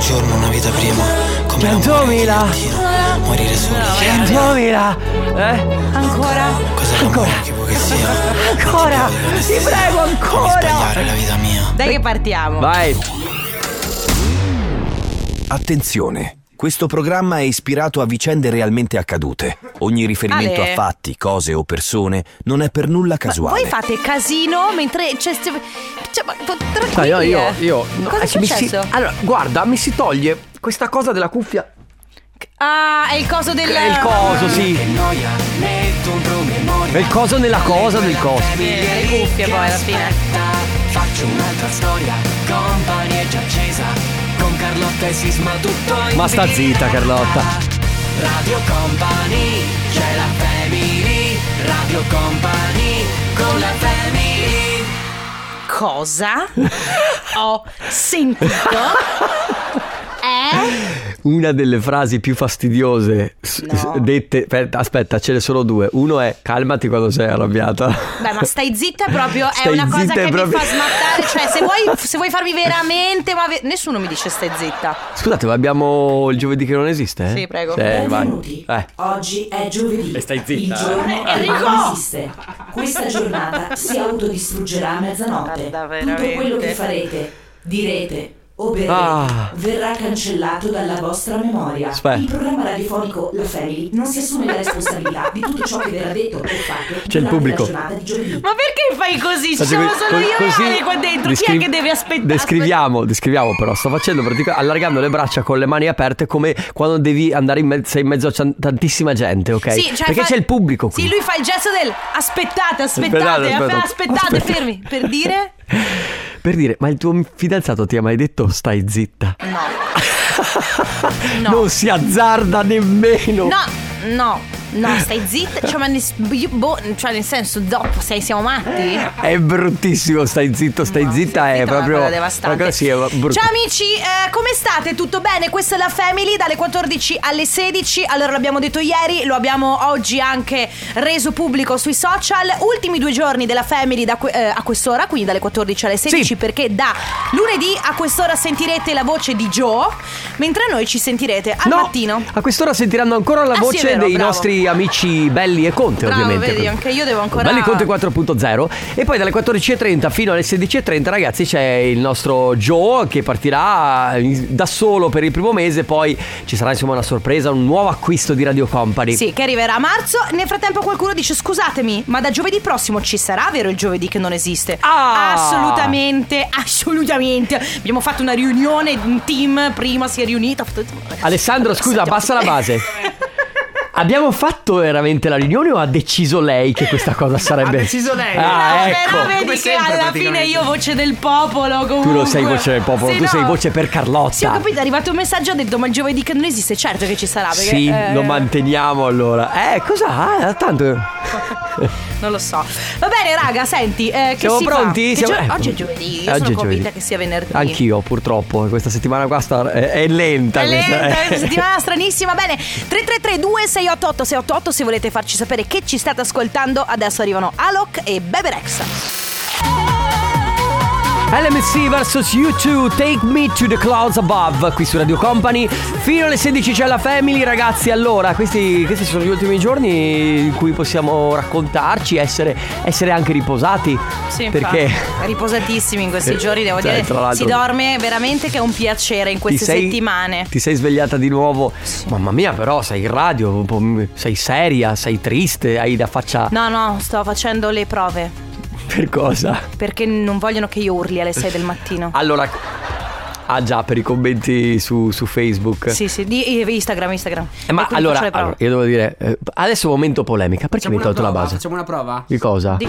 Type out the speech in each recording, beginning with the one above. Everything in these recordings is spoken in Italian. giorno, una vita prima. Come l'amore 100.000. di Dio, Morire soli. 100.000 eh? Ancora? Cos'è l'amore che vuoi che sia? Ancora Ti prego Come ancora sbagliare la vita mia. Dai che partiamo. Vai Attenzione! Questo programma è ispirato a vicende realmente accadute. Ogni riferimento Eh. Ale. a fatti, cose o persone non è per nulla casuale. Voi fate casino mentre. Cioè, sti- cioè, ma ma tranquilli, No, io, io, eh. io no, Cosa è eh, mi si- successo? Allora, guarda, mi si toglie questa cosa della cuffia. Ah, è il coso del. È il coso, sì. È il coso nella cosa del coso. Eh, Le cuffie poi alla fine. Ma sta zitta, Carlotta. Cosa? Ho sentito. Eh? Una delle frasi più fastidiose s- No. s- dette. Aspetta, aspetta, ce ne sono due. Uno è calmati quando sei arrabbiata. Beh, ma stai zitta proprio. È Stai una cosa zitta che proprio- mi fa smattare. Cioè, se vuoi, se vuoi farmi veramente. Ma ve- Nessuno mi dice stai zitta. Scusate, ma abbiamo il giovedì che non esiste? Eh? Sì, prego. Sì, vai. Benvenuti. Eh. Oggi è giovedì. E stai zitta, Il giorno eh. che non Enrico! esiste. Questa giornata si autodistruggerà a mezzanotte. Guarda, Tutto veramente. quello che farete, direte o berrete Ah. verrà cancellato dalla vostra memoria. Aspetta. Il programma radiofonico La Family non si assume la responsabilità di tutto ciò che verrà detto e fatto C'è il durante pubblico. la giornata di giovedì. Ma perché fai così? Ci siamo Faccio solo co- io così e Ale qua dentro. Chi è descri- che deve aspettare? Descriviamo, descriviamo però. Sto facendo praticamente allargando le braccia con le mani aperte come quando devi andare in, mezzo- sei in mezzo a cian- tantissima gente, ok? Sì, cioè Perché fa- c'è il pubblico qui. Sì, lui fa il gesto del aspettate, aspettate, Aspettate, aspettate. aspettate, aspettate, Aspetta. fermi. Per dire? Per dire, ma il tuo fidanzato ti ha mai detto stai zitta? No. Non si azzarda nemmeno. No, no, no, stai zitta. Cioè, ma ne- io- boh, cioè, nel senso, dopo, sei, siamo matti? È bruttissimo, stai zitto, stai zitta, è Zitta, ma proprio... una devastante. proprio sì, è brutto. Ciao amici, eh, come state? Tutto bene? Questa è la Family dalle 14 alle 16. Allora l'abbiamo detto ieri, lo abbiamo oggi anche reso pubblico sui social. Ultimi due giorni della Family da que- eh, a quest'ora, quindi dalle 14 alle 16, Sì. perché da lunedì a quest'ora sentirete la voce di Joe, mentre noi ci sentirete al No, mattino. A quest'ora sentiranno ancora la Ah, sì, è voce vero, dei bravo. nostri amici Belli e Conte, Bravo, ovviamente. vedi, anche io devo ancora- Belli Conte 4.0. E poi dalle 14.30 fino alle 16.30, ragazzi, c'è il nostro Joe che partirà in- da solo per il primo mese. Poi ci sarà, insomma, una sorpresa, un nuovo acquisto di Radio Company. Sì, che arriverà a marzo. Nel frattempo qualcuno dice scusatemi, ma da giovedì prossimo ci sarà, vero il giovedì che non esiste? Ah! Assolutamente, assolutamente. Abbiamo fatto una riunione, un team prima si è riunito. ha fatto- Alessandro, scusa, Sentiamo. abbassa la base. Abbiamo fatto veramente la riunione o ha deciso lei che questa cosa sarebbe... Ha deciso lei. Ah, No, ecco. però vedi Come che sempre, alla praticamente. fine io voce del popolo comunque. Tu non sei voce del popolo, Sì, tu no. sei voce per Carlotta. Sì, ho capito, è arrivato un messaggio, ha detto ma il giovedì che non esiste, certo che ci sarà. Perché, Sì, eh, lo manteniamo allora. Eh, cosa? Ah, tanto. Non lo so. Va bene, raga, senti. eh, che Siamo si fa? pronti? Che Siamo- gio- eh, Oggi è giovedì. Io oggi sono è convinta giovedì. che sia venerdì. Anch'io, purtroppo. eh, Questa settimana qua sta- è, è lenta. È questa, lenta, eh. è una settimana stranissima. Bene, 3332 688 688 se volete farci sapere che ci state ascoltando. Adesso arrivano Alok e Beberex. LMC vs U2 Take Me to the Clouds Above qui su Radio Company fino alle 16 c'è la Family ragazzi allora questi, questi sono gli ultimi giorni in cui possiamo raccontarci essere, essere anche riposati perché riposatissimi in questi giorni, devo Cioè, tra dire. Si l'altro- dorme veramente che è un piacere in queste ti sei- settimane. Ti sei svegliata di nuovo. Mamma mia, però sei in radio, un po' m- sei seria, sei triste, hai la faccia No, no, sto facendo le prove per cosa? perché non vogliono che io urli alle 6 del mattino. Allora Ah già, per i commenti su, su Facebook. Sì, sì, di Instagram, Instagram. Eh, ma E quindi allora, faccio le prove. allora, io devo dire, eh, adesso momento polemica, perché mi hai tolto la base? Facciamo una prova. Di cosa? Di-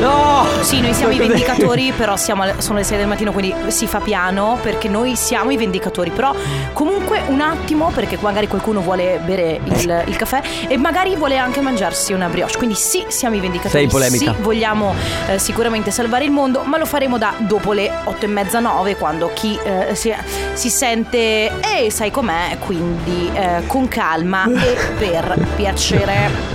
No! Sì, noi siamo i Cosa- vendicatori, però siamo alle- sono le 6 del mattino, quindi si fa piano perché noi siamo i vendicatori. Però comunque un attimo, perché magari qualcuno vuole bere il, il caffè e magari vuole anche mangiarsi una brioche. Quindi sì, siamo i vendicatori. Sei polemica. Sì, vogliamo eh, sicuramente salvare il mondo, ma lo faremo da dopo le 8 e mezza, 9, quando chi eh, si, si sente, eh, e sai com'è, quindi eh, con calma e per piacere.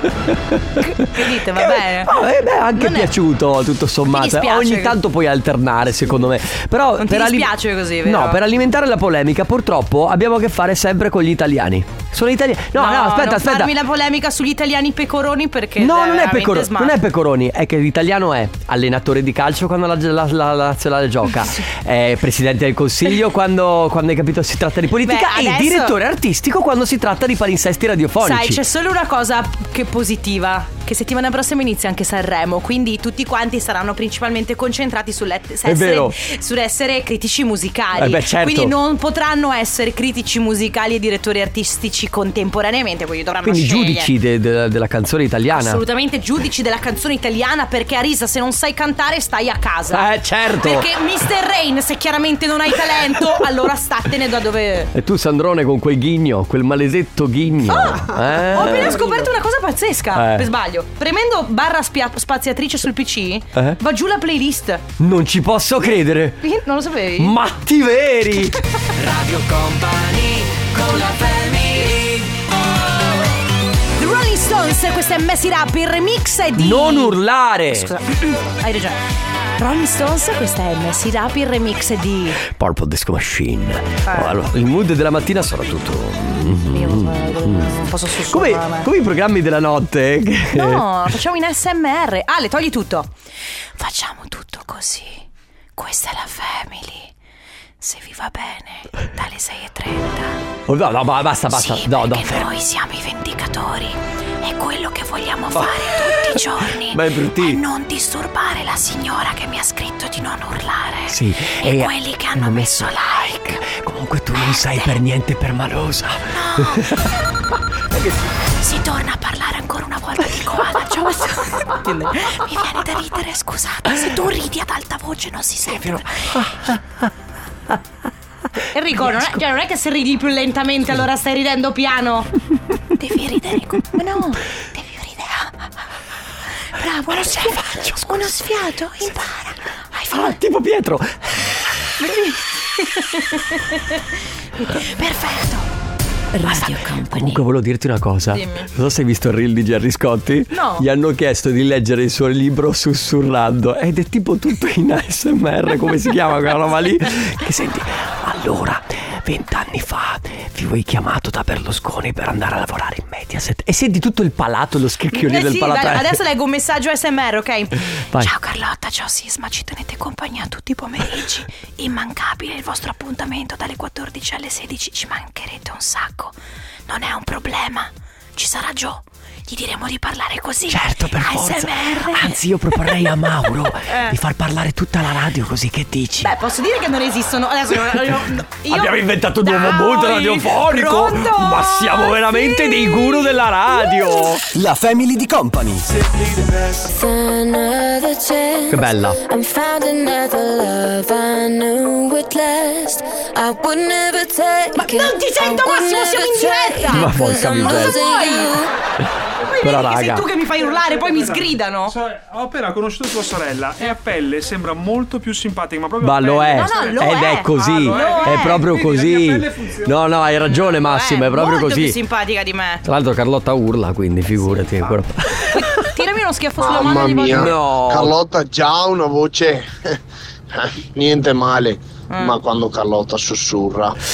Che dite, va bene? Eh, beh, anche Non è- piaciuto tutto sommato. eh, Mi dispiace Ogni che- tanto puoi alternare, secondo me. Però Non ti per ali- dispiace così, vero? No, per alimentare la polemica, purtroppo abbiamo a che fare sempre con gli italiani. Sono italiani. No, no, aspetta, non aspetta. farmi la polemica sugli italiani pecoroni perché No, non è, veramente pecoro- sma- non è Pecoroni, è che l'italiano è allenatore di calcio quando la, la- la- la nazionale gioca, è presidente del consiglio quando, quando hai capito si tratta di politica Beh, e adesso- direttore artistico quando si tratta di palinsesti radiofonici. Sai, c'è solo una cosa che è positiva, che settimana prossima inizia anche Sanremo, quindi tutti quanti saranno principalmente concentrati sull'et- su È vero. essere, sull'essere critici musicali. Eh beh, certo. Quindi non potranno essere critici musicali e direttori artistici contemporaneamente, quindi dovranno Quindi scegliere. giudici de- de- della canzone italiana. Assolutamente giudici della canzone italiana perché Arisa se non sai cantare stai a casa. Eh, certo. Perché Mr. Rain se chiaramente non hai talento allora statene da dove... Oh! E tu Sandrone con quel ghigno, quel malesetto ghigno. eh? Ah, Ho appena scoperto una cosa pazzesca. Eh. Per sbaglio, premendo barra spia- spaziatrice sul PC, Eh? va giù la playlist. Non ci posso credere. Ih, Non lo sapevi? Mm. Matti veri! The Rolling Stones, questa è Messy Rap, il remix è di. Non urlare! Scusa, hai ragione. Rolling Stones, questa è Messy Rap, il remix è di. Purple Disco Machine. Oh, allora, il mood della mattina sarà tutto. Io eh, non posso Mm. Come, sussurrare. come i programmi della notte. eh, che- No, facciamo in SMR. Ale, togli tutto. Facciamo tutto così. Questa è la family. Se vi va bene, dalle 6.30. Oh, no, no, ma basta, basta. Sì, no, no, perché fermo. noi siamo i vendicatori. È quello che vogliamo fare tutti i giorni. Ma è bruttino. Ma non disturbare la signora che mi ha scritto di non urlare. Sì, E, e quelli che hanno messo like. Comunque tu non sei per niente permalosa. Si torna a parlare ancora una volta di koala. Cioè, mi viene da ridere, scusate. Se tu ridi ad alta voce non si sente. Enrico, non è, cioè, non è che se ridi più lentamente allora stai ridendo piano. Devi ridere con... Ma no, devi ridere. Bravo, lo sai. Uno sfiato, impara. Hai Ah, tipo Pietro. Perfetto. Radio Company. Comunque volevo dirti una cosa. Dimmi. Non so se hai visto il reel di Gerry Scotti. No. Gli hanno chiesto di leggere il suo libro sussurrando. Ed è tipo tutto in ASMR, come si chiama quella roba lì? Che senti, allora, vent'anni fa vi voi chiamato da Berlusconi per andare a lavorare in Mediaset. E senti tutto il palato, lo scricchiolio del Eh sì, palato. dai, adesso leggo un messaggio SMR, ok? Vai. Ciao Carlotta, ciao Sisma, ci tenete compagnia tutti i pomeriggi. Immancabile il vostro appuntamento dalle 14 alle 16, ci mancherete un sacco. Non è un problema, ci sarà Gio. Gli diremo di parlare così. Certo, per forza. ASMR. Anzi, io proporrei a Mauro Eh. di far parlare tutta la radio così che dici. Beh, posso dire che non esistono. Adesso io- io- io- Abbiamo inventato un nuovo Dai, mood radiofonico. pronto? Ma siamo veramente Sì. dei guru della radio. La Family di Company. Che bella. I'm found another love I knew would last. I would never take Ma non ti sento, Massimo, siamo in diretta! Ma porca miseria. Poi però, vedi che sei raga. tu che mi fai urlare, poi mi sgridano. So- cioè, ho appena conosciuto tua sorella e a pelle sembra molto più simpatica, ma proprio Ma a lo pelle. è, No, no, lo ed è, è. così, Ah, lo è. è. proprio Vedi, la mia pelle così. funziona. No, no, hai ragione Massimo, Eh, è proprio molto più così. simpatica di me. Tra l'altro Carlotta urla, quindi figurati ancora. Tirami uno schiaffo sulla mano Mamma di volta. mia, No. Carlotta già ha una voce eh, niente male, Eh. ma quando Carlotta sussurra,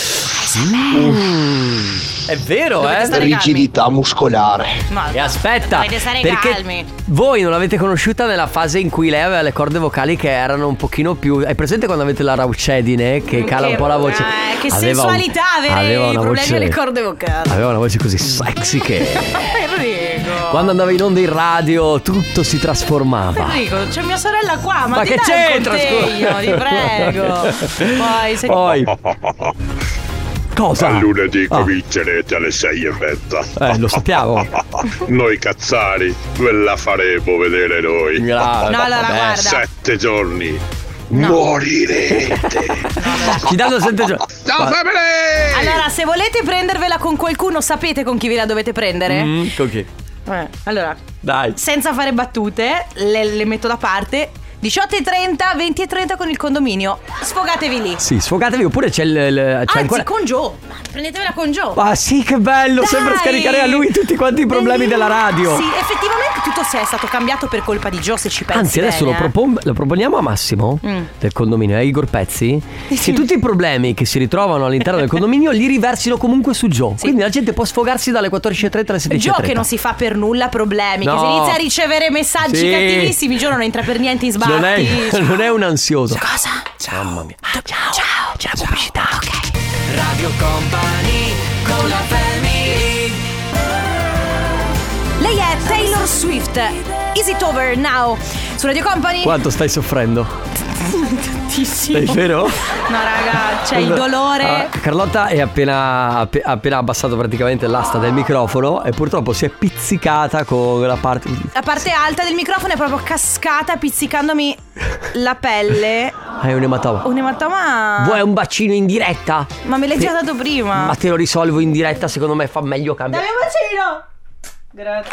È vero, Dovete eh? stare- rigidità muscolare. Ma- E aspetta, Dovete stare perché calmi. voi non l'avete conosciuta nella fase in cui lei aveva le corde vocali che erano un pochino più... Hai presente quando avete la raucedine che cala Che- un po' la voce? eh, che Aveva un- sensualità avere aveva i una problemi voce- alle corde vocali. Eh, Aveva una voce così sexy che... Enrico. Quando andava in onda in radio tutto si trasformava. Enrico, c'è mia sorella qua, ma, Ma ti che dai un c'entra? contegno, scusa? Oh, ti prego. Poi se Poi. Cosa? Lunedì Ah. comincerete alle 6 e mezza. Eh, lo sappiamo. Noi cazzari ve la faremo vedere noi. Gra- No, allora, vabbè. guarda. Sette giorni. Morirete. Ci danno sette giorni. Ciao family! Allora, se volete prendervela con qualcuno, sapete con chi ve la dovete prendere? Mm, ok. Eh, allora, Dai. senza fare battute, le, le metto da parte. 18.30, 20.30 con il condominio. Sfogatevi lì. Sì, sfogatevi oppure c'è il... il- c'è Anzi, ancora... con Gio. Prendetevela con Gio. Ah sì, che bello, Dai! sembra scaricare a lui tutti quanti i problemi della radio. Sì, effettivamente tutto se è stato cambiato per colpa di Gio, se ci pensi. Anzi, adesso lo, bene, eh. propon- lo proponiamo a Massimo Mm. del condominio, a Igor Pezzi, che tutti i problemi che si ritrovano all'interno del condominio li riversino comunque su Joe. Quindi la gente può sfogarsi dalle 14.30 alle 16.30. Gio che non si fa per nulla problemi, che No. se inizia a ricevere messaggi Sì. cattivissimi, Gio non entra per niente in sbatti. cioè. non è, non è un ansioso. Cosa? Mamma mia. Ah, Ciao. Ciao. C'è la pubblicità. Ok. Radio Company con la Lei è Taylor Swift. Is it over now? Su Radio Company? Quanto stai soffrendo? Tantissimo. È vero? No, raga, c'è il dolore. Ah, Carlotta è appena, appe- appena abbassato praticamente l'asta del microfono e purtroppo si è pizzicata con la parte... La parte alta del microfono è proprio cascata, pizzicandomi la pelle. Hai un ematoma. Un ematoma. Vuoi un bacino in diretta? Ma me l'hai già Sì. dato prima. Ma te lo risolvo in diretta, secondo me fa meglio cambiare. Dammi un bacino. Grazie.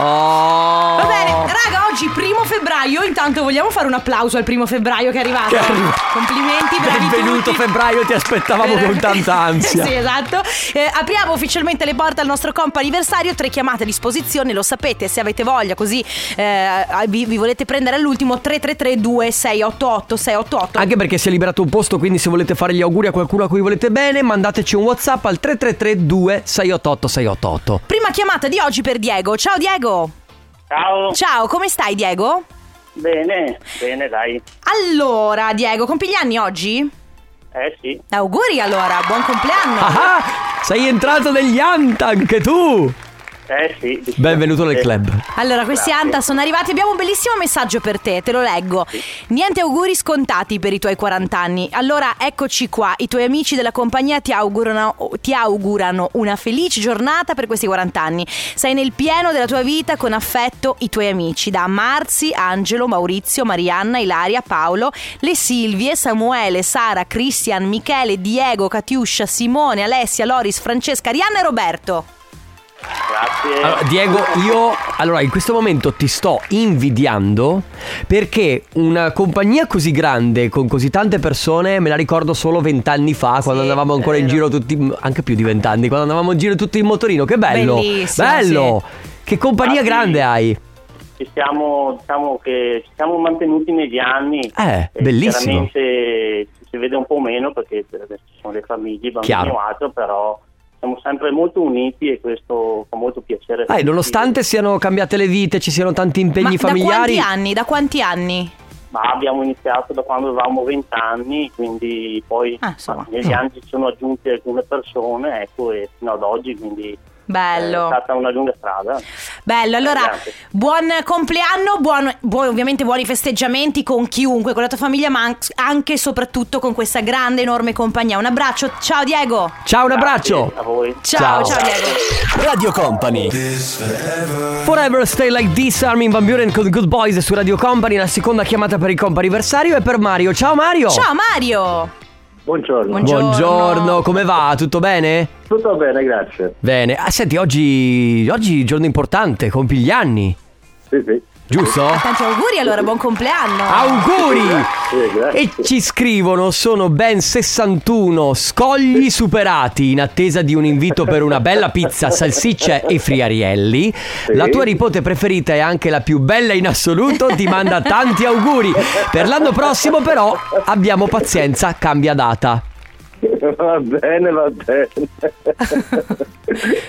Oh. Va bene, raga, oggi primo febbraio. Intanto vogliamo fare un applauso al primo febbraio che è arrivato. Che arriva- Complimenti, bravi Benvenuto tutti. febbraio, ti aspettavamo con tanta ansia. sì, esatto. Eh, apriamo ufficialmente le porte al nostro comp anniversario. Tre chiamate a disposizione, lo sapete. Se avete voglia, così eh, vi, vi volete prendere all'ultimo 333-2688-688. Anche perché si è liberato un posto, quindi se volete fare gli auguri a qualcuno a cui volete bene, mandateci un WhatsApp al 333 2688 688. Prima chiamata di oggi per Diego. Ciao Diego. Ciao. Ciao, come stai Diego? Bene, bene, dai. Allora, Diego, compi gli anni oggi? Eh sì. Auguri allora, buon compleanno. Ah, sei entrato negli Anta anche tu. Eh sì. Benvenuto nel club. Allora, questi Anta sono arrivati. Abbiamo un bellissimo messaggio per te, te lo leggo. Niente auguri scontati per i tuoi 40 anni. Allora, eccoci qua. I tuoi amici della compagnia ti augurano, ti augurano una felice giornata per questi 40 anni. Sei nel pieno della tua vita con affetto i tuoi amici. Da Marzi, Angelo, Maurizio, Marianna, Ilaria, Paolo, le Silvie, Samuele, Sara, Cristian, Michele, Diego, Catiuscia, Simone, Alessia, Loris, Francesca, Arianna e Roberto. Grazie. Allora, Diego, io allora in questo momento ti sto invidiando perché una compagnia così grande con così tante persone me la ricordo solo vent'anni fa quando andavamo ancora in giro tutti, anche più di vent'anni, quando andavamo in giro tutti in motorino. Che bello! Bellissimo, bello! Che compagnia Ah, sì. grande hai! Ci siamo, diciamo che ci siamo mantenuti negli anni. Eh, E bellissimo. Chiaramente ci si vede un po' meno perché adesso ci sono le famiglie, i bambini Chiaro. o altro, però siamo sempre molto uniti e questo fa molto piacere. Ah, e nonostante siano cambiate le vite, ci siano tanti impegni Ma familiari. da quanti anni? Da quanti anni? Ma abbiamo iniziato da quando avevamo 20 anni, quindi poi Ah, negli Mm. anni ci sono aggiunte alcune persone, ecco, e fino ad oggi, quindi Bello. è esatto. stata una lunga strada. Bello, allora Grazie. buon compleanno, buon, buon- ovviamente buoni festeggiamenti con chiunque, con la tua famiglia, ma an- anche e soprattutto con questa grande, enorme compagnia. Un abbraccio, ciao Diego. Ciao, un abbraccio. A voi. Ciao, ciao, Diego. Radio Company. Eh, Forever Stay Like This, Armin Van Buren con Good Boys su Radio Company, la seconda chiamata per il comp anniversario e per Mario. Ciao Mario! Ciao Mario. Buongiorno. Buongiorno. come va? Tutto bene? Tutto bene, grazie. Bene. Ah, senti, oggi, oggi è un giorno importante, compi gli anni. Sì, sì. Giusto? Tanti auguri allora, buon compleanno. Auguri! grazie. E ci scrivono sono ben 61 scogli superati in attesa di un invito per una bella pizza, salsicce e friarielli. La tua nipote preferita e anche la più bella in assoluto ti manda tanti auguri. Per l'anno prossimo però abbiamo pazienza, cambia data. Va bene, va bene.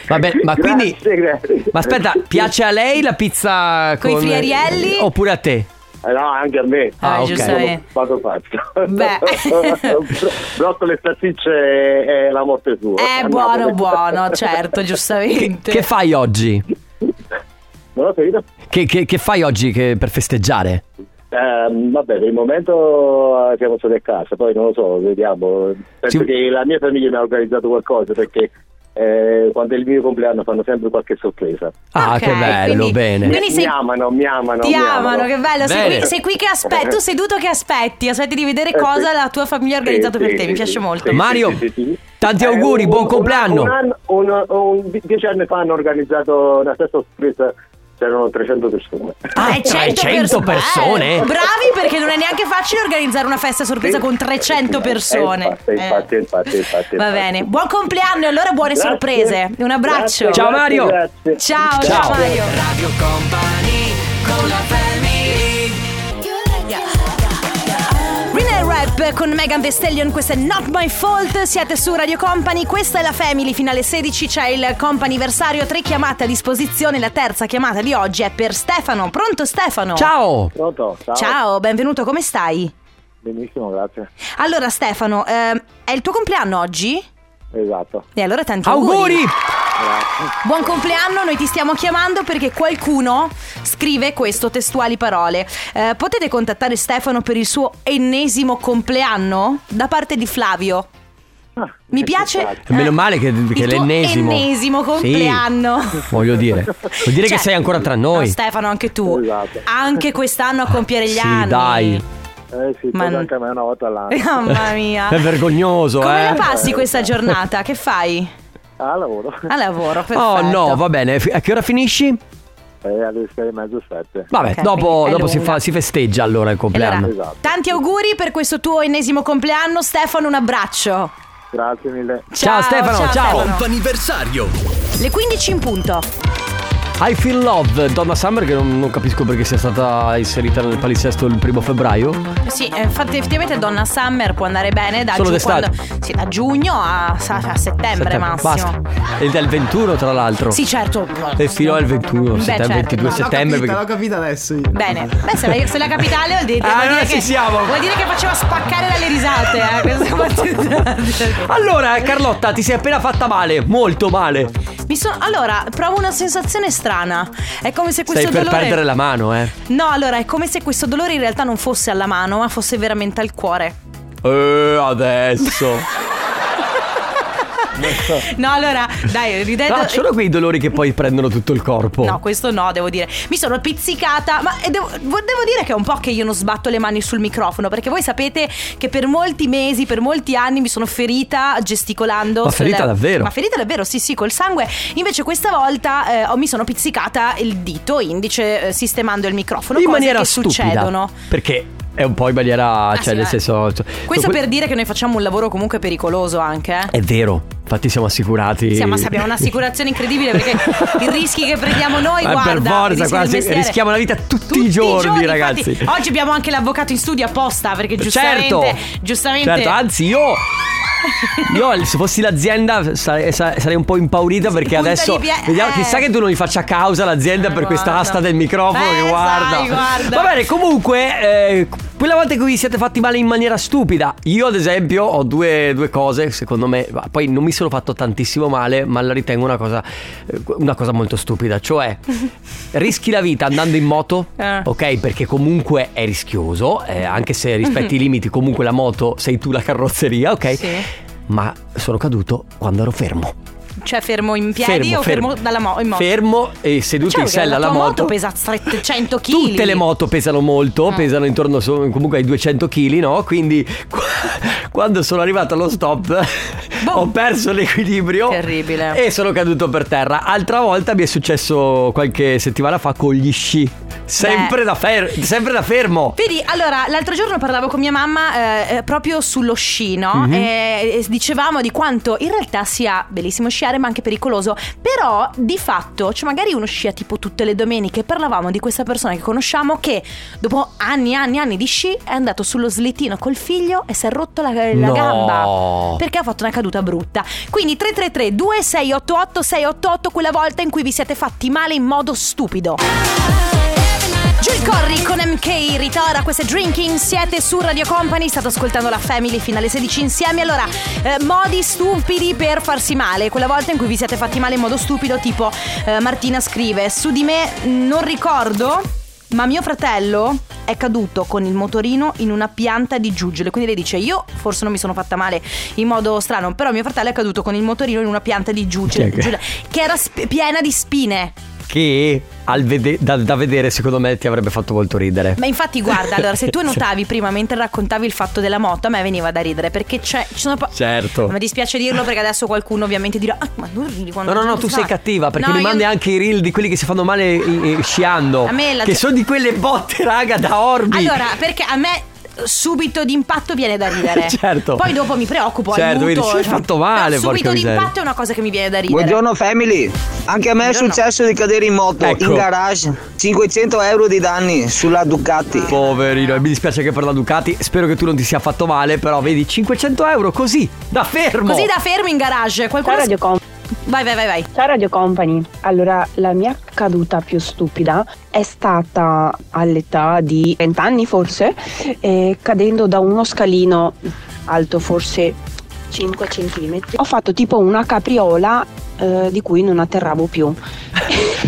Va bene, ma quindi... Grazie, grazie. Ma aspetta, piace a lei la pizza con... Coi friarielli? Oppure a te? Eh, no, anche a me. Ah, ok. Sono giustamente. fatto fatto. Beh. Broccoli e salsicce è la morte sua. Eh, buono, buono, certo, giustamente. Che fai oggi? Non ho capito. Che, che- che fai oggi che- per festeggiare? Eh, vabbè, per il momento eh, siamo solo a casa, poi non lo so, vediamo. Penso Sì. che la mia famiglia mi ha organizzato qualcosa perché eh, quando è il mio compleanno fanno sempre qualche sorpresa. Ah, Ok, che bello, quindi- bene. quindi mi sei- amano, mi amano. Ti mi amano, che bello. Sei Bene. qui, sei qui che aspetti, tu seduto che aspetti, aspetti di vedere Eh, cosa sì. la tua famiglia ha Sì, organizzato sì, per te, sì, mi sì, piace sì, molto. sì, Mario, sì, sì, sì. tanti Eh, auguri, un- buon un- compleanno. Un anno, un- un- dieci anni fa hanno organizzato una stessa sorpresa c'erano 300 persone. Ah, 300 persone? Eh, Bravi perché non è neanche facile organizzare una festa sorpresa con 300 persone. Eh, infatti, Eh, infatti, infatti, infatti, Va infatti. bene, buon compleanno e allora buone Grazie. sorprese. Un abbraccio. Grazie, Ciao, grazie, Mario. grazie. Ciao, ciao, Ciao. Mario. Rina e Rap con Megan Thee Stallion, questa è Not My Fault, siete su Radio Company, questa è la Family, finale 16 c'è il companiversario, tre chiamate a disposizione, la terza chiamata di oggi è per Stefano, pronto Stefano? Ciao. Pronto? Ciao. Ciao, benvenuto, come stai? Benissimo, grazie. Allora Stefano, ehm, è il tuo compleanno oggi? Esatto. E allora tanti Auguri! Buon compleanno, noi ti stiamo chiamando perché qualcuno scrive questo testuali parole. Eh, potete contattare Stefano per il suo ennesimo compleanno da parte di Flavio. Mi piace eh, Meno male che, che il tuo l'ennesimo. ennesimo Sì, compleanno. voglio dire. Vuol dire Cioè- che sei ancora tra No, noi. Stefano, anche tu. Anche quest'anno a compiere gli sì, anni. dai. Eh sì, Ma- torna anche a me una volta all'anno. Mamma mia. È vergognoso, Come eh. la passi questa giornata? Che fai? Ah, lavoro. Al lavoro, perfetto. Oh no, va bene. F- A che ora finisci? Eh, alle sei e mezzo sette. Vabbè, Ok, dopo, quindi è dopo si, lunga. fa- si festeggia allora il compleanno. Allora- Esatto. Tanti auguri per questo tuo ennesimo compleanno, Stefano. Un abbraccio. Grazie mille. Ciao, Stefano, ciao. Comp'anniversario. Le 15 in punto. I Feel Love, Donna Summer, che non, non capisco perché sia stata inserita nel palinsesto il primo febbraio. Sì, eh, infatti, effettivamente Donna Summer può andare bene da, Solo giu- d'estate. quando- sì, da giugno a, sa- a settembre, Settembre, massimo. Basta. Eh, E dal 21, tra l'altro. Sì, certo. E fino al 21, Beh, settembre, certo. 22 No, l'ho settembre. capita, perché- capita adesso io. Bene, beh, se la, se la capitale vuol dire, Ah, vuol dire allora che, ci siamo. Vuol dire che faceva spaccare dalle risate, eh, questa battuta. Allora, Carlotta, ti sei appena fatta male, molto male. Mi sono- allora, provo una sensazione strana. È come se questo Stai per dolore. perdere la mano, eh. No, allora, è come se questo dolore in realtà non fosse alla mano, ma fosse veramente al cuore. Eh, adesso. No, allora, dai, ridendo. Cioè. No, ci sono quei dolori che poi prendono tutto il corpo. No, questo no, devo dire. Mi sono pizzicata, ma e devo, vo- devo dire che è un po' che io non sbatto le mani sul microfono, perché voi sapete che per molti mesi, per molti anni mi sono ferita gesticolando. Ma sulle- ferita davvero? Ma ferita davvero, sì, sì, col sangue. Invece questa volta eh, ho- mi sono pizzicata il dito indice eh, sistemando il microfono. in cose maniera che stupida. succedono. Perché è un po' in maniera. Ah, cioè, sì, nel eh. senso. cioè- Questo que- per dire che noi facciamo un lavoro comunque pericoloso anche, eh. È vero, infatti siamo assicurati. Sì, ma abbiamo un'assicurazione incredibile perché i rischi che prendiamo noi, Ma guarda, per i forza, rischi del quasi, mestiere. rischiamo la vita tutti, Tutti i giorni, infatti. ragazzi. oggi abbiamo anche l'avvocato in studio apposta perché giustamente, certo, giustamente certo, anzi io... Io se fossi l'azienda sare- sa- sarei un po' impaurita perché punta adesso... di pie- vediamo, eh. chissà che tu non gli faccia causa l'azienda per questa asta del microfono Eh, che guarda. sai, guarda. Va bene, comunque, eh, quella volta in cui vi siete fatti male in maniera stupida, io ad esempio ho due, due cose, secondo me, ma poi non mi sono fatto tantissimo male, ma la ritengo una cosa, eh, una cosa molto stupida, cioè rischi la vita andando in moto, Eh. ok? Perché comunque è rischioso, eh, anche se rispetti i limiti, comunque la moto sei tu la carrozzeria, ok? Mhm. Sì. Ma sono caduto quando ero fermo. cioè fermo in piedi o fermo, dalla mo- in moto. Fermo e seduto Cioè, in perché sella la alla tua moto. moto pesa 700 kg. Tutte le moto pesano molto, Mm. pesano intorno so- comunque ai 200 kg, no? Quindi qu- quando sono arrivato allo stop ho perso l'equilibrio Boh. Terribile. e sono caduto per terra. Altra volta mi è successo qualche settimana fa con gli sci. Sempre, Beh. da, fer- sempre da fermo. Vedi, allora, l'altro giorno parlavo con mia mamma eh, eh, proprio sullo sci, no? Mhm. E, e dicevamo di quanto in realtà sia bellissimo sciare, ma anche pericoloso. Però, di fatto, cioè magari uno scia tipo tutte le domeniche. Parlavamo di questa persona che conosciamo che dopo anni e anni e anni di sci è andato sullo slittino col figlio e si è rotto la, eh, la No. gamba. Perché ha fatto una caduta brutta. Quindi 333 2688 688 quella volta in cui vi siete fatti male in modo stupido. Jill Corri con MK Ritora, questo è Drinking, siete su Radio Company, state ascoltando la Family fino alle 16 insieme. Allora, eh, modi stupidi per farsi male, quella volta in cui vi siete fatti male in modo stupido, tipo eh, Martina scrive, su di me non ricordo, ma mio fratello è caduto con il motorino in una pianta di giuggiole, quindi lei dice io forse non mi sono fatta male in modo strano, però mio fratello è caduto con il motorino in una pianta di giuggiole, Chi è che- giuggiole, che era sp- piena di spine. Che al vede- da, da vedere secondo me ti avrebbe fatto molto ridere. Ma infatti guarda, allora se tu notavi prima mentre raccontavi il fatto della moto, a me veniva da ridere perché c'è ci sono po- Certo. Mi dispiace dirlo perché adesso qualcuno ovviamente dirà "Ah, ma non ridi quando No, no, no, gente tu fa". sei cattiva perché No, mi io- mandi anche i reel di quelli che si fanno male eh, eh, sciando. A me la- Che sono di quelle botte, raga, da orbi. Allora, perché a me subito d'impatto viene da ridere. Certo. Poi dopo mi preoccupo, Certo, aiuto. vedi, ci hai cioè, fatto male, però subito porca miseria. d'impatto è una cosa che mi viene da ridere. Buongiorno family, anche a me è successo di cadere in moto, Ecco. in garage, 500 euro di danni sulla Ducati. Poverino, e mi dispiace che per la Ducati. Spero che tu non ti sia fatto male, però vedi 500 euro così, da fermo. Così da fermo in garage, qualcuno Ciao Radio Com- Vai, vai, vai, vai. Ciao Radio Company. Allora, la mia caduta più stupida è stata all'età di 20 anni forse, eh, cadendo da uno scalino alto forse 5 cm. Ho fatto tipo una capriola eh, di cui non atterravo più.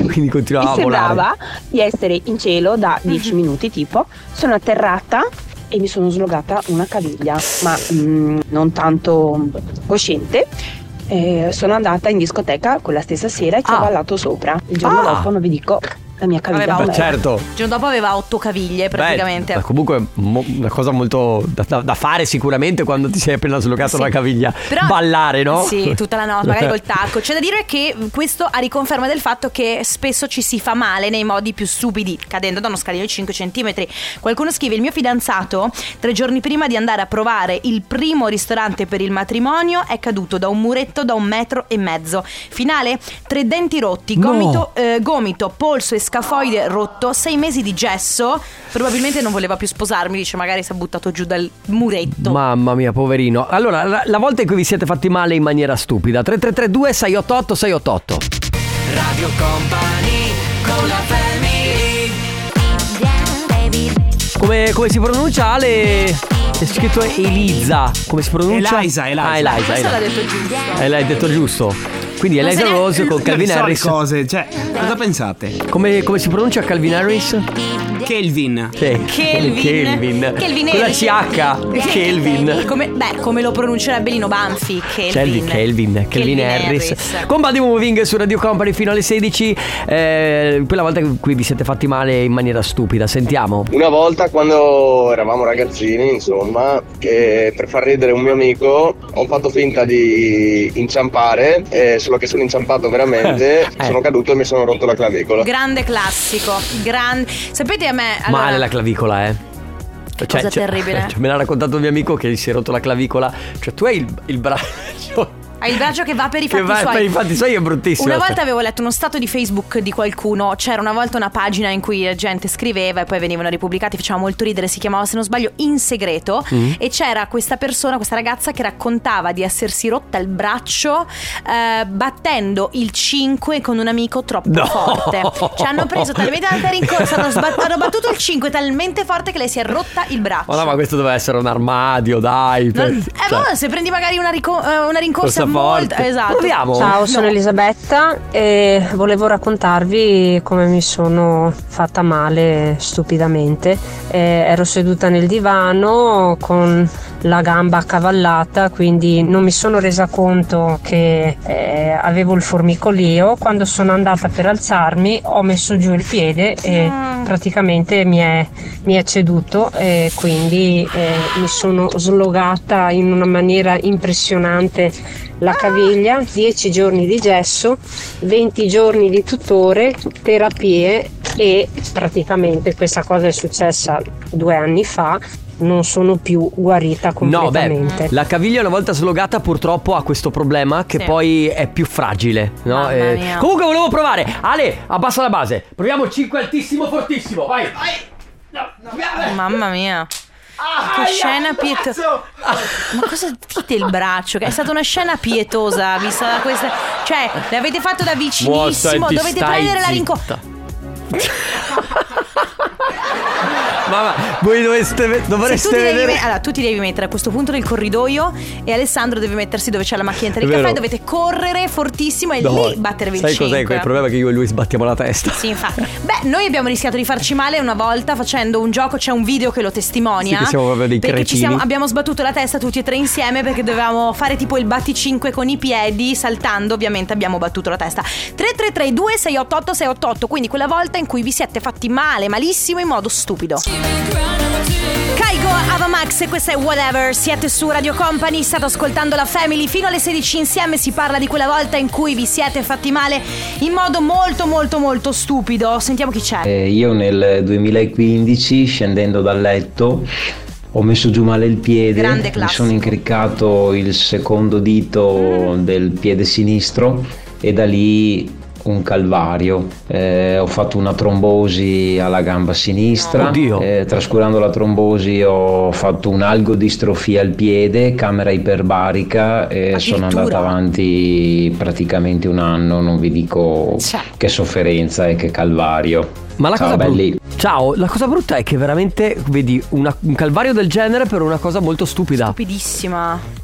Quindi continuava Mi a volare. sembrava di essere in cielo da Mhm. 10 minuti tipo. Sono atterrata e mi sono slogata una caviglia, ma mm, non tanto cosciente. Eh, sono andata in discoteca quella stessa sera e Ah. ci ho ballato sopra. Il giorno Ah. dopo non vi dico la mia caviglia. Vabbè, com'era. certo. Il giorno dopo aveva otto caviglie praticamente. Beh, ma comunque è mo- una cosa molto da, da- da fare sicuramente quando ti sei appena slocato Sì. una caviglia. Però- Ballare, no? Sì, tutta la notte, magari col tacco. C'è da dire che questo a riconferma del fatto che spesso ci si fa male nei modi più stupidi, cadendo da uno scalino di 5 cm. Qualcuno scrive: Il mio fidanzato, tre giorni prima di andare a provare il primo ristorante per il matrimonio, è caduto da un muretto da un metro e mezzo. Finale: tre denti rotti, No. gomito, eh, gomito, polso e scafoide rotto, sei mesi di gesso. Probabilmente non voleva più sposarmi, dice magari si è buttato giù dal muretto. Mamma mia, poverino. Allora, la, la volta in cui vi siete fatti male in maniera stupida, 3332 688 688. Radio Company con la Come, come si pronuncia Ale? È scritto Elisa. Come si pronuncia? Elisa, Elisa. Ah, Elisa. Questo Elisa. l'ha detto giusto. Eh, l'hai detto giusto. Quindi Non Elisa se ne- Rose con Non Calvin so le Harris. cose, cioè, Eh. cosa pensate? Come, come si pronuncia Calvin Harris? Kelvin. Sì. Kelvin. Kelvin. Kelvin Con la Harris. CH. Kelvin. Come, beh, come lo pronuncerebbe Lino Banfi? Kelvin. Kelvin, Kelvin, Kelvin, Harris. Con Body Moving su Radio Company fino alle 16. Eh, quella volta in cui vi siete fatti male in maniera stupida, sentiamo. Una volta quando eravamo ragazzini, insomma, che per far ridere un mio amico ho fatto finta di inciampare, eh, solo che sono inciampato veramente, Eh. sono caduto e mi sono rotto la clavicola. Grande classico. gran- Sapete a me... Allora, Male la clavicola, eh. cosa terribile. cioè, me l'ha raccontato un mio amico che gli si è rotto la clavicola. Cioè, tu hai il, il braccio. Hai il braccio che va per i Che fatti va suoi. per i fatti suoi è bruttissimo. Una volta avevo letto uno stato di Facebook di qualcuno, c'era una volta una pagina in cui la gente scriveva e poi venivano ripubblicati, faceva molto ridere, si chiamava se non sbaglio In Segreto Mm. e c'era questa persona, questa ragazza che raccontava di essersi rotta il braccio eh, battendo il 5 con un amico troppo No. forte. Ci hanno preso talmente tanta rincorsa, hanno, sbat- hanno battuto il 5 talmente forte che lei si è rotta il braccio. Ma no, ma questo doveva essere un armadio, dai. per- Non- eh, cioè. boh, se prendi magari una, rico- eh, una Corsa rincorsa molto forte. esatto. Proviamo. Ciao, sono Elisabetta e volevo raccontarvi come mi sono fatta male stupidamente. Eh, ero seduta nel divano con la gamba accavallata, quindi non mi sono resa conto che eh, avevo il formicolio. Quando sono andata per alzarmi ho messo giù il piede Eh. e praticamente mi è, mi è ceduto e quindi eh, mi sono slogata in una maniera impressionante la caviglia, 10 giorni di gesso, 20 giorni di tutore, terapie e praticamente questa cosa è successa due anni fa, non sono più guarita No, beh, completamente. la caviglia una volta slogata purtroppo ha questo problema che Sì. poi è più fragile. No? Eh, mia. comunque volevo provare. Ale, abbassa la base. Proviamo 5 altissimo, fortissimo. Vai. Mamma mia. Ah, Che scena pietosa. Ma cosa dite il braccio? Che È stata una scena pietosa vista da questa. Cioè, l'avete fatto da Mo, stai- vicinissimo. ti Dovete stai prendere la rincorsa. zitta. Mamma, voi doveste, Se dovreste tu ti devi vedere. me- allora, tu ti devi mettere a questo punto nel corridoio e Alessandro deve mettersi dove c'è la macchinetta del È vero. caffè. Dovete correre fortissimo e No, eh, lì battervi Sai il 5. cos'è? Quel problema è che io e lui sbattiamo la testa. Sì, infatti. Beh, noi abbiamo rischiato di farci male una volta facendo un gioco, c'è un video che lo testimonia. Sì, che siamo proprio dei perché ci cretini. siamo- abbiamo sbattuto la testa tutti e tre insieme perché dovevamo fare tipo il batti 5 con i piedi, saltando, ovviamente abbiamo battuto la testa. 3332 688 688, quindi quella volta in cui vi siete fatti male, malissimo in modo stupido. Kaigo Avamax, questo è Whatever, siete su Radio Company, state ascoltando la Family fino alle 16 insieme, si parla di quella volta in cui vi siete fatti male in modo molto molto molto stupido. Sentiamo chi c'è. Eh, io nel 2015, scendendo dal letto, ho messo giù male il piede, Grande mi classico. Mm. sono incriccato il secondo dito del piede sinistro e da lì un calvario. Eh, ho fatto una trombosi alla gamba sinistra, Eh, trascurando la trombosi ho fatto un'algodistrofia al piede, camera iperbarica e sono andata avanti praticamente un anno, non vi dico Cioè. che sofferenza e che calvario. Ma la Ciao, cosa belli. brutta. Ciao, la cosa brutta è che veramente vedi una- un calvario del genere per una cosa molto stupida. Stupidissima.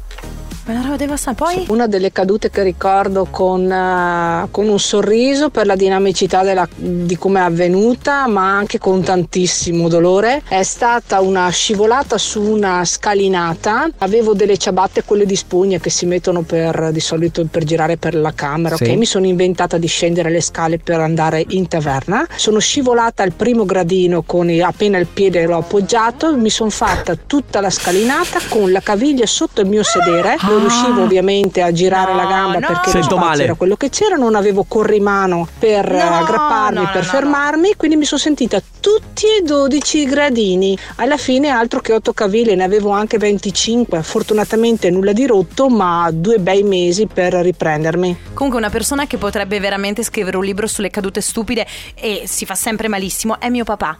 Ma una roba devastante. Poi Una delle cadute che ricordo con, eh, con un sorriso per la dinamicità della- di come è avvenuta, ma anche con tantissimo dolore, è stata una scivolata su una scalinata. Avevo delle ciabatte, quelle di spugna che si mettono per, di solito per girare per la camera, Sì. ok? Mi sono inventata di scendere le scale per andare in taverna. Sono scivolata al primo gradino con i- appena il piede l'ho appoggiato, mi sono fatta tutta la scalinata con la caviglia sotto il mio sedere. Non riuscivo ovviamente a girare la gamba perché Sento lo spazio male. era quello che c'era, non avevo corrimano per eh, aggrapparmi, per fermarmi, quindi mi sono sentita tutti e 12 i gradini. Alla fine altro che 8 caviglie, ne avevo anche 25. Fortunatamente nulla di rotto, ma due bei mesi per riprendermi. Comunque una persona che potrebbe veramente scrivere un libro sulle cadute stupide e si fa sempre malissimo è mio papà.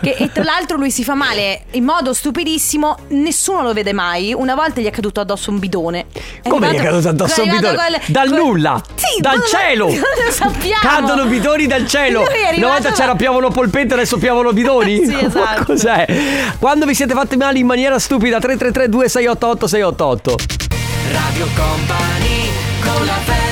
Che- e tra l'altro lui si fa male in modo stupidissimo, nessuno lo vede mai. Una volta gli è caduto addosso un bidone. È Come gli è arrivato- caduto addosso un è bidone? arrivato quel- dal quel- nulla! Sì, dal non lo- cielo! Non lo sappiamo! Cadono bidoni dal cielo! Lui è Una arrivato- volta c'era piovano polpette, adesso piovano bidoni? Sì, esatto. Ma Cos'è? Quando vi siete fatti male in maniera stupida 333 2688 688 Radio Company con la family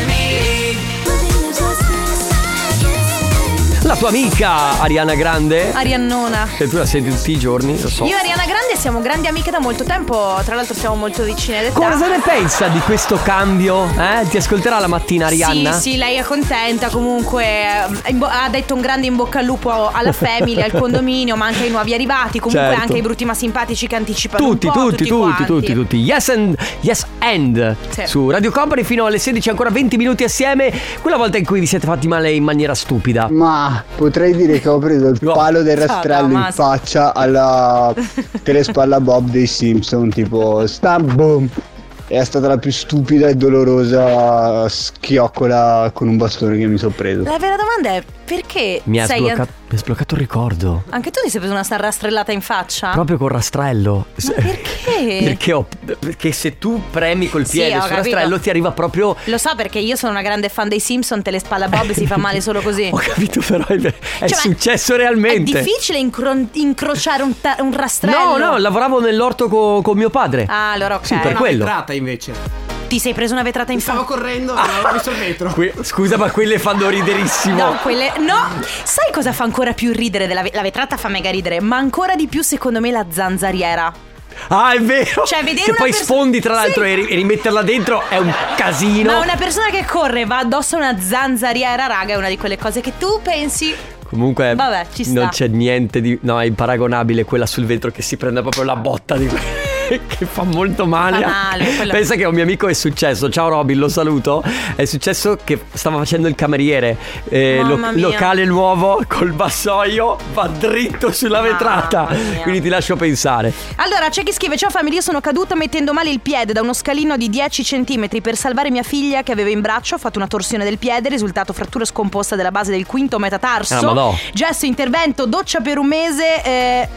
La tua amica Ariana Grande Ariannona. Che tu la senti tutti i giorni, lo so Io e Ariana Grande siamo grandi amiche da molto tempo, tra l'altro siamo molto vicine d'età. Cosa ne pensa di questo cambio? Eh? Ti ascolterà la mattina Arianna? Sì, sì, lei è contenta comunque. eh, in bo- Ha detto un grande in bocca al lupo alla family, al condominio, ma anche ai nuovi arrivati. Comunque Certo. anche ai brutti ma simpatici che anticipano. un Tutti, po', tutti, tutti, tutti, tutti, quanti. tutti, Yes and Yes and Sì. su Radio Company fino alle 16 ancora 20 minuti assieme. Quella volta in cui vi siete fatti male in maniera stupida. Ma potrei dire che ho preso il palo del Ciao, rastrello in Thomas. faccia alla telespalla Bob dei Simpson, tipo stam boom. È stata la più stupida e dolorosa schioccola con un bastone che mi sono preso. La vera domanda è perché Mi ha, sei. sbloccato, mi ha sbloccato il ricordo. Anche tu ti sei preso una star- rastrellata in faccia? Proprio col rastrello. Se- Ah. Perché? Perché, ho- perché se tu premi col Sì, piede ho sul capito. rastrello ti arriva proprio. Ho Lo so perché io sono una grande fan dei Simpson, te le spalla Bob si fa male solo così. capito, però è, è Cioè, ma successo È realmente. difficile incro- incrociare un, ta- un No, rastrello. no, lavoravo nell'orto co- con mio padre. Ah, allora ok. Sì, per Una quello. vetrata, invece. Ti sei preso una vetrata in faccia. Stavo correndo, avevo messo il vetro. scusa, ma quelle fanno riderissimo. No, quelle. No! Sai cosa fa ancora più ridere della ve- la vetrata fa mega ridere, ma ancora di più, secondo me, la zanzariera. Ah, è vero. Cioè, vedere che una poi perso- sfondi, tra l'altro, Sì. e, ri- e rimetterla dentro è un casino. Ma una persona che corre e va addosso a una zanzariera, raga, è una di quelle cose che tu pensi. Comunque, Vabbè, ci sta. non c'è niente di. No, è imparagonabile quella sul vetro che si prende proprio la botta di. Che fa molto male. Fa male, quello- Pensa che a un mio amico è successo. Ciao Robin, lo saluto. È successo che stava facendo il cameriere. eh, lo- Mamma mia. locale nuovo col vassoio. Va dritto sulla vetrata. mia. Quindi ti lascio pensare. Allora, c'è chi scrive: Ciao famiglia, io sono caduta mettendo male il piede da uno scalino di 10 cm per salvare mia figlia che avevo in braccio. Ho fatto una torsione del piede, risultato frattura scomposta della base del quinto metatarso. Ah, madò. Gesso, intervento, doccia per un mese. eh,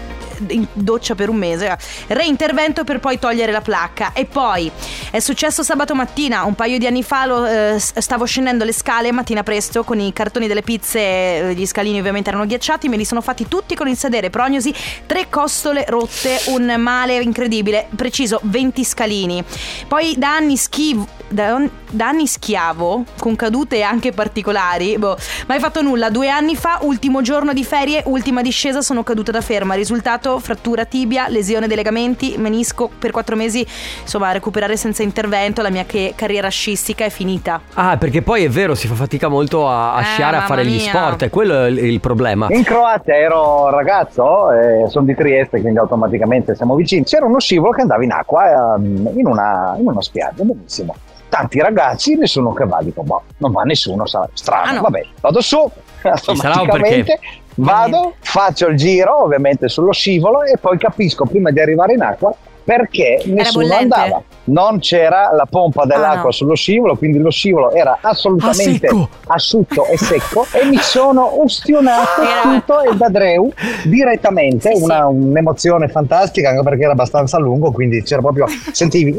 in doccia per un mese, ah, reintervento per poi togliere la placca. E poi è successo sabato mattina, un paio di anni fa lo, eh, s- stavo scendendo le scale mattina presto con i cartoni delle pizze, eh, gli scalini ovviamente erano ghiacciati, me li sono fatti tutti con il sedere, prognosi, tre costole rotte, un male incredibile, preciso 20 scalini. Poi da anni schivo, da, da anni schiavo, con cadute anche particolari, boh, mai fatto nulla, due anni fa, ultimo giorno di ferie, ultima discesa, sono caduta da ferma, risultato frattura tibia, lesione dei legamenti, menisco per quattro mesi, insomma recuperare senza intervento, la mia che- carriera sciistica è finita. Ah, perché poi è vero, si fa fatica molto a, a Eh, sciare, a mamma fare gli mia. sport, è quello il, il problema. In Croazia ero ragazzo, eh, sono di Trieste, quindi automaticamente siamo vicini. C'era uno scivolo che andava in acqua ehm, in, una, in una spiaggia, benissimo. Tanti ragazzi, nessuno che va, dico, boh, non va nessuno, sarà Ah, Ah, strano. Ah, Vabbè, vado su, sarà un perché. automaticamente vado, faccio il giro ovviamente sullo scivolo e poi capisco prima di arrivare in acqua perché nessuno bollente? Ah, andava. Non c'era la pompa dell'acqua sullo scivolo, quindi lo scivolo era assolutamente Ah, secco. asciutto e secco e mi sono ustionato tutto e da Dreu direttamente, una- un'emozione fantastica anche perché era abbastanza lungo, quindi c'era proprio sentivi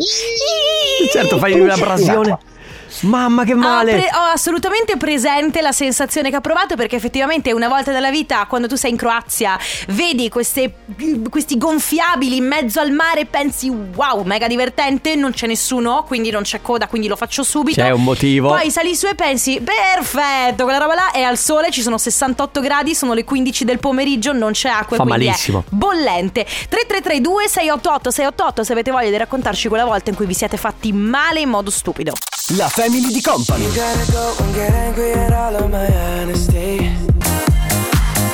Certo, fai una abrasione. Mamma che male! Ho, pre- ho assolutamente presente la sensazione che ha provato perché effettivamente una volta nella vita quando tu sei in Croazia vedi queste- questi gonfiabili in mezzo al mare e pensi wow mega divertente non c'è nessuno quindi non c'è coda quindi lo faccio subito C'è un motivo. poi sali su e pensi perfetto quella roba là è al sole ci sono 68 gradi sono le 15 del pomeriggio non c'è acqua e Fa quindi è malissimo. bollente 3332 688 688 se avete voglia di raccontarci quella volta in cui vi siete fatti male in modo stupido La family di company.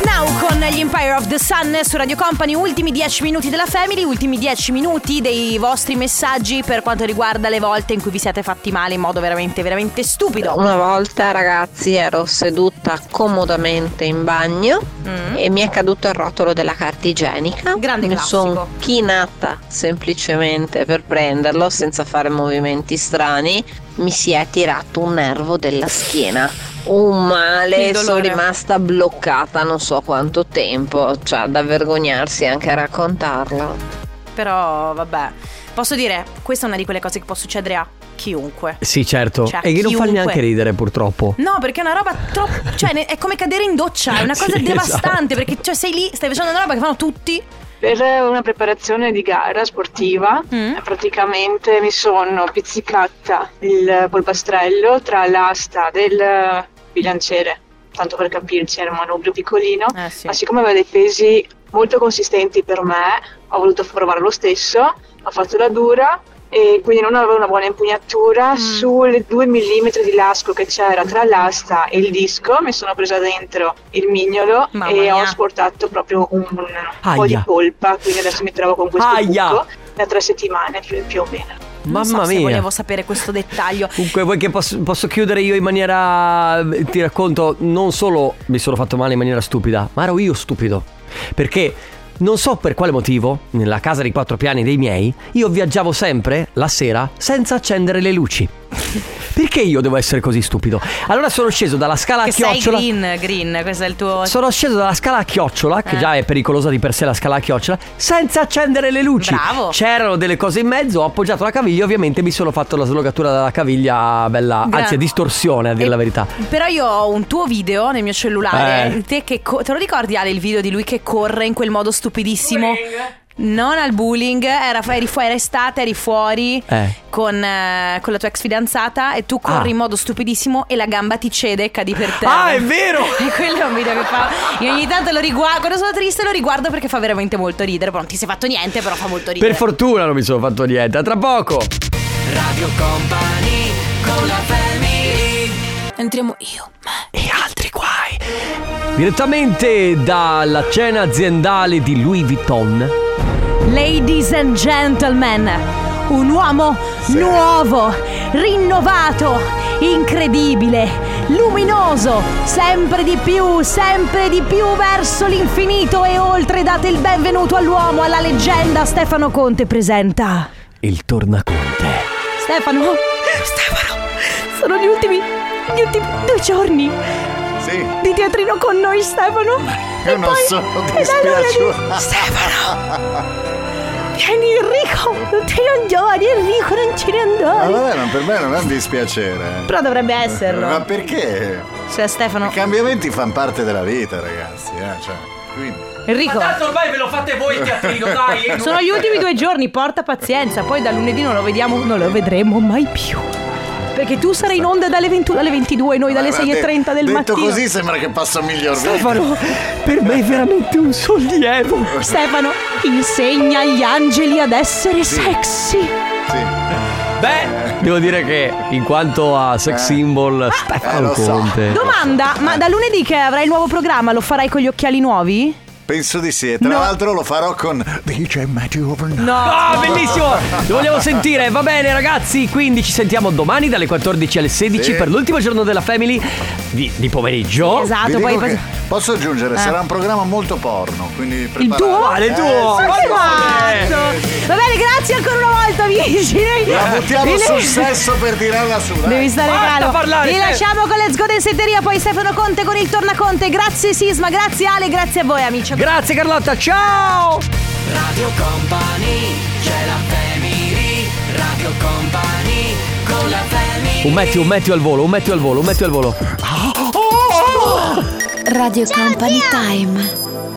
Now con gli Empire of the Sun su Radio Company, ultimi 10 minuti della Family, ultimi 10 minuti dei vostri messaggi per quanto riguarda le volte in cui vi siete fatti male in modo veramente, veramente stupido. Una volta, ragazzi, ero seduta comodamente in bagno Mm. e mi è caduto il rotolo della carta igienica. Grande mi classico. sono chinata semplicemente per prenderlo senza fare movimenti strani. Mi si è tirato un nervo della schiena. Un male, Il sono dolore. rimasta bloccata non so quanto tempo. Cioè, da vergognarsi anche a raccontarlo. Però vabbè, posso dire, questa è una di quelle cose che può succedere a chiunque. Sì, certo. Cioè, e che non fa chiunque. neanche ridere, purtroppo. No, perché è una roba troppo. cioè, ne- è come cadere in doccia, è una cosa Sì, esatto. devastante. Perché cioè, sei lì, stai facendo una roba che fanno tutti. Per una preparazione di gara sportiva, Mm? Mm? praticamente mi sono pizzicata il polpastrello tra l'asta del bilanciere. Tanto per capirci, era un manubrio piccolino, ma siccome aveva dei pesi molto consistenti per me, ho voluto provare lo stesso, ho fatto la dura e quindi non avevo una buona impugnatura sulle 2 mm di lasco che c'era tra l'asta e il disco, mi sono presa dentro il mignolo Mamma e ho mia. sportato proprio un, un po' di Aia. polpa, quindi adesso mi trovo con questo Aia. buco da tre settimane più, più o meno. Non so Mamma se mia. volevo sapere questo dettaglio. Comunque, vuoi che posso, posso chiudere io in maniera. Ti racconto, non solo mi sono fatto male in maniera stupida, ma ero io stupido. Perché non so per quale motivo, nella casa di quattro piani dei miei, io viaggiavo sempre la sera senza accendere le luci. Perché io devo essere così stupido? Allora sono sceso dalla scala Che a chiocciola. sei green, green, questo è il tuo. Sono sceso dalla scala a chiocciola, che Eh. già è pericolosa di per sé la scala a chiocciola, senza accendere le luci. Bravo. C'erano delle cose in mezzo, ho appoggiato la caviglia, ovviamente mi sono fatto la slogatura della caviglia bella, Gra- Ah, Eh, anzi a distorsione a dire la verità. Però io ho un tuo video nel mio cellulare. Eh. Te, che co- te lo ricordi Ale il video di lui che corre in quel modo stupidissimo? Non al bullying, era, eri fuori, era estate, eri fuori Eh. con, eh, con la tua ex fidanzata e tu corri Ah. in modo stupidissimo e la gamba ti cede e cadi per terra. Ah, è vero! E quello è un video che fa. Io ogni tanto lo riguardo, quando sono triste lo riguardo perché fa veramente molto ridere. Poi non ti sei fatto niente, però fa molto ridere. Per fortuna non mi sono fatto niente, a tra poco. Radio Company con la family. Entriamo io, me e altri guai. Direttamente dalla cena aziendale di Louis Vuitton. Ladies and gentlemen, un uomo nuovo, rinnovato, incredibile, luminoso, sempre di più, sempre di più verso l'infinito e oltre. Date il benvenuto all'uomo, alla leggenda. Stefano Conte presenta. Il tornaconte. Stefano! Stefano! Sono gli ultimi, gli ultimi due giorni. Sì. di teatrino con noi, Stefano. Io Eh, non sono e da allora dispiaciuto. di- Stefano! Vieni Enrico, non te ne andare, Enrico, non ce ne Ma andare. vabbè, non- per me non è un dispiacere. Però dovrebbe esserlo. Eh, Ma perché? Cioè, Stefano. I cambiamenti fanno parte della vita, ragazzi. Eh? Cioè, quindi... Enrico. Ma tanto ormai ve lo fate voi il teatrino, dai. Sono gli ultimi due giorni, porta pazienza. Poi da lunedì non lo vediamo, non lo vedremo mai più. Perché tu sarai in onda dalle 21 alle 22, noi dalle Guarda, 6.30 del detto mattino. così sembra che passa miglior vita. Stefano, per me è veramente un sollievo. Stefano, insegna agli angeli ad essere sexy. Beh, devo dire che in quanto a sex symbol, Stefano Eh. lo so. Conte. Domanda, ma da lunedì che avrai il nuovo programma lo farai con gli occhiali nuovi? Penso di sì. E tra l'altro lo farò con DJ Matthew Overnight. No. Ah, bellissimo! Lo vogliamo sentire, va bene ragazzi, quindi ci sentiamo domani dalle 14 alle 16 Sì. per l'ultimo giorno della Family di, di pomeriggio. Oh, Vi Esatto, dico che posso aggiungere, Eh. sarà un programma molto porno, quindi preparate. tuo? Quale tuo? Eh, sì, sì, sì. Eh. Esatto. Va bene, grazie ancora una volta, amici. Noi- La buttiamo Vi- sul sesso per tirarla su. dai. Devi stare Basta calmo. parlare, cioè. Vi Stef. lasciamo con Let's Go Densetteria, poi Stefano Conte con il Tornaconte. Grazie Sisma, grazie Ale, grazie a voi amici. Grazie Carlotta, ciao! Radio Company, c'è la family, Radio Company, con la family. Un metti, un metti al volo, un metti al volo, un metti al volo. Oh, oh, oh. Radio Company Time.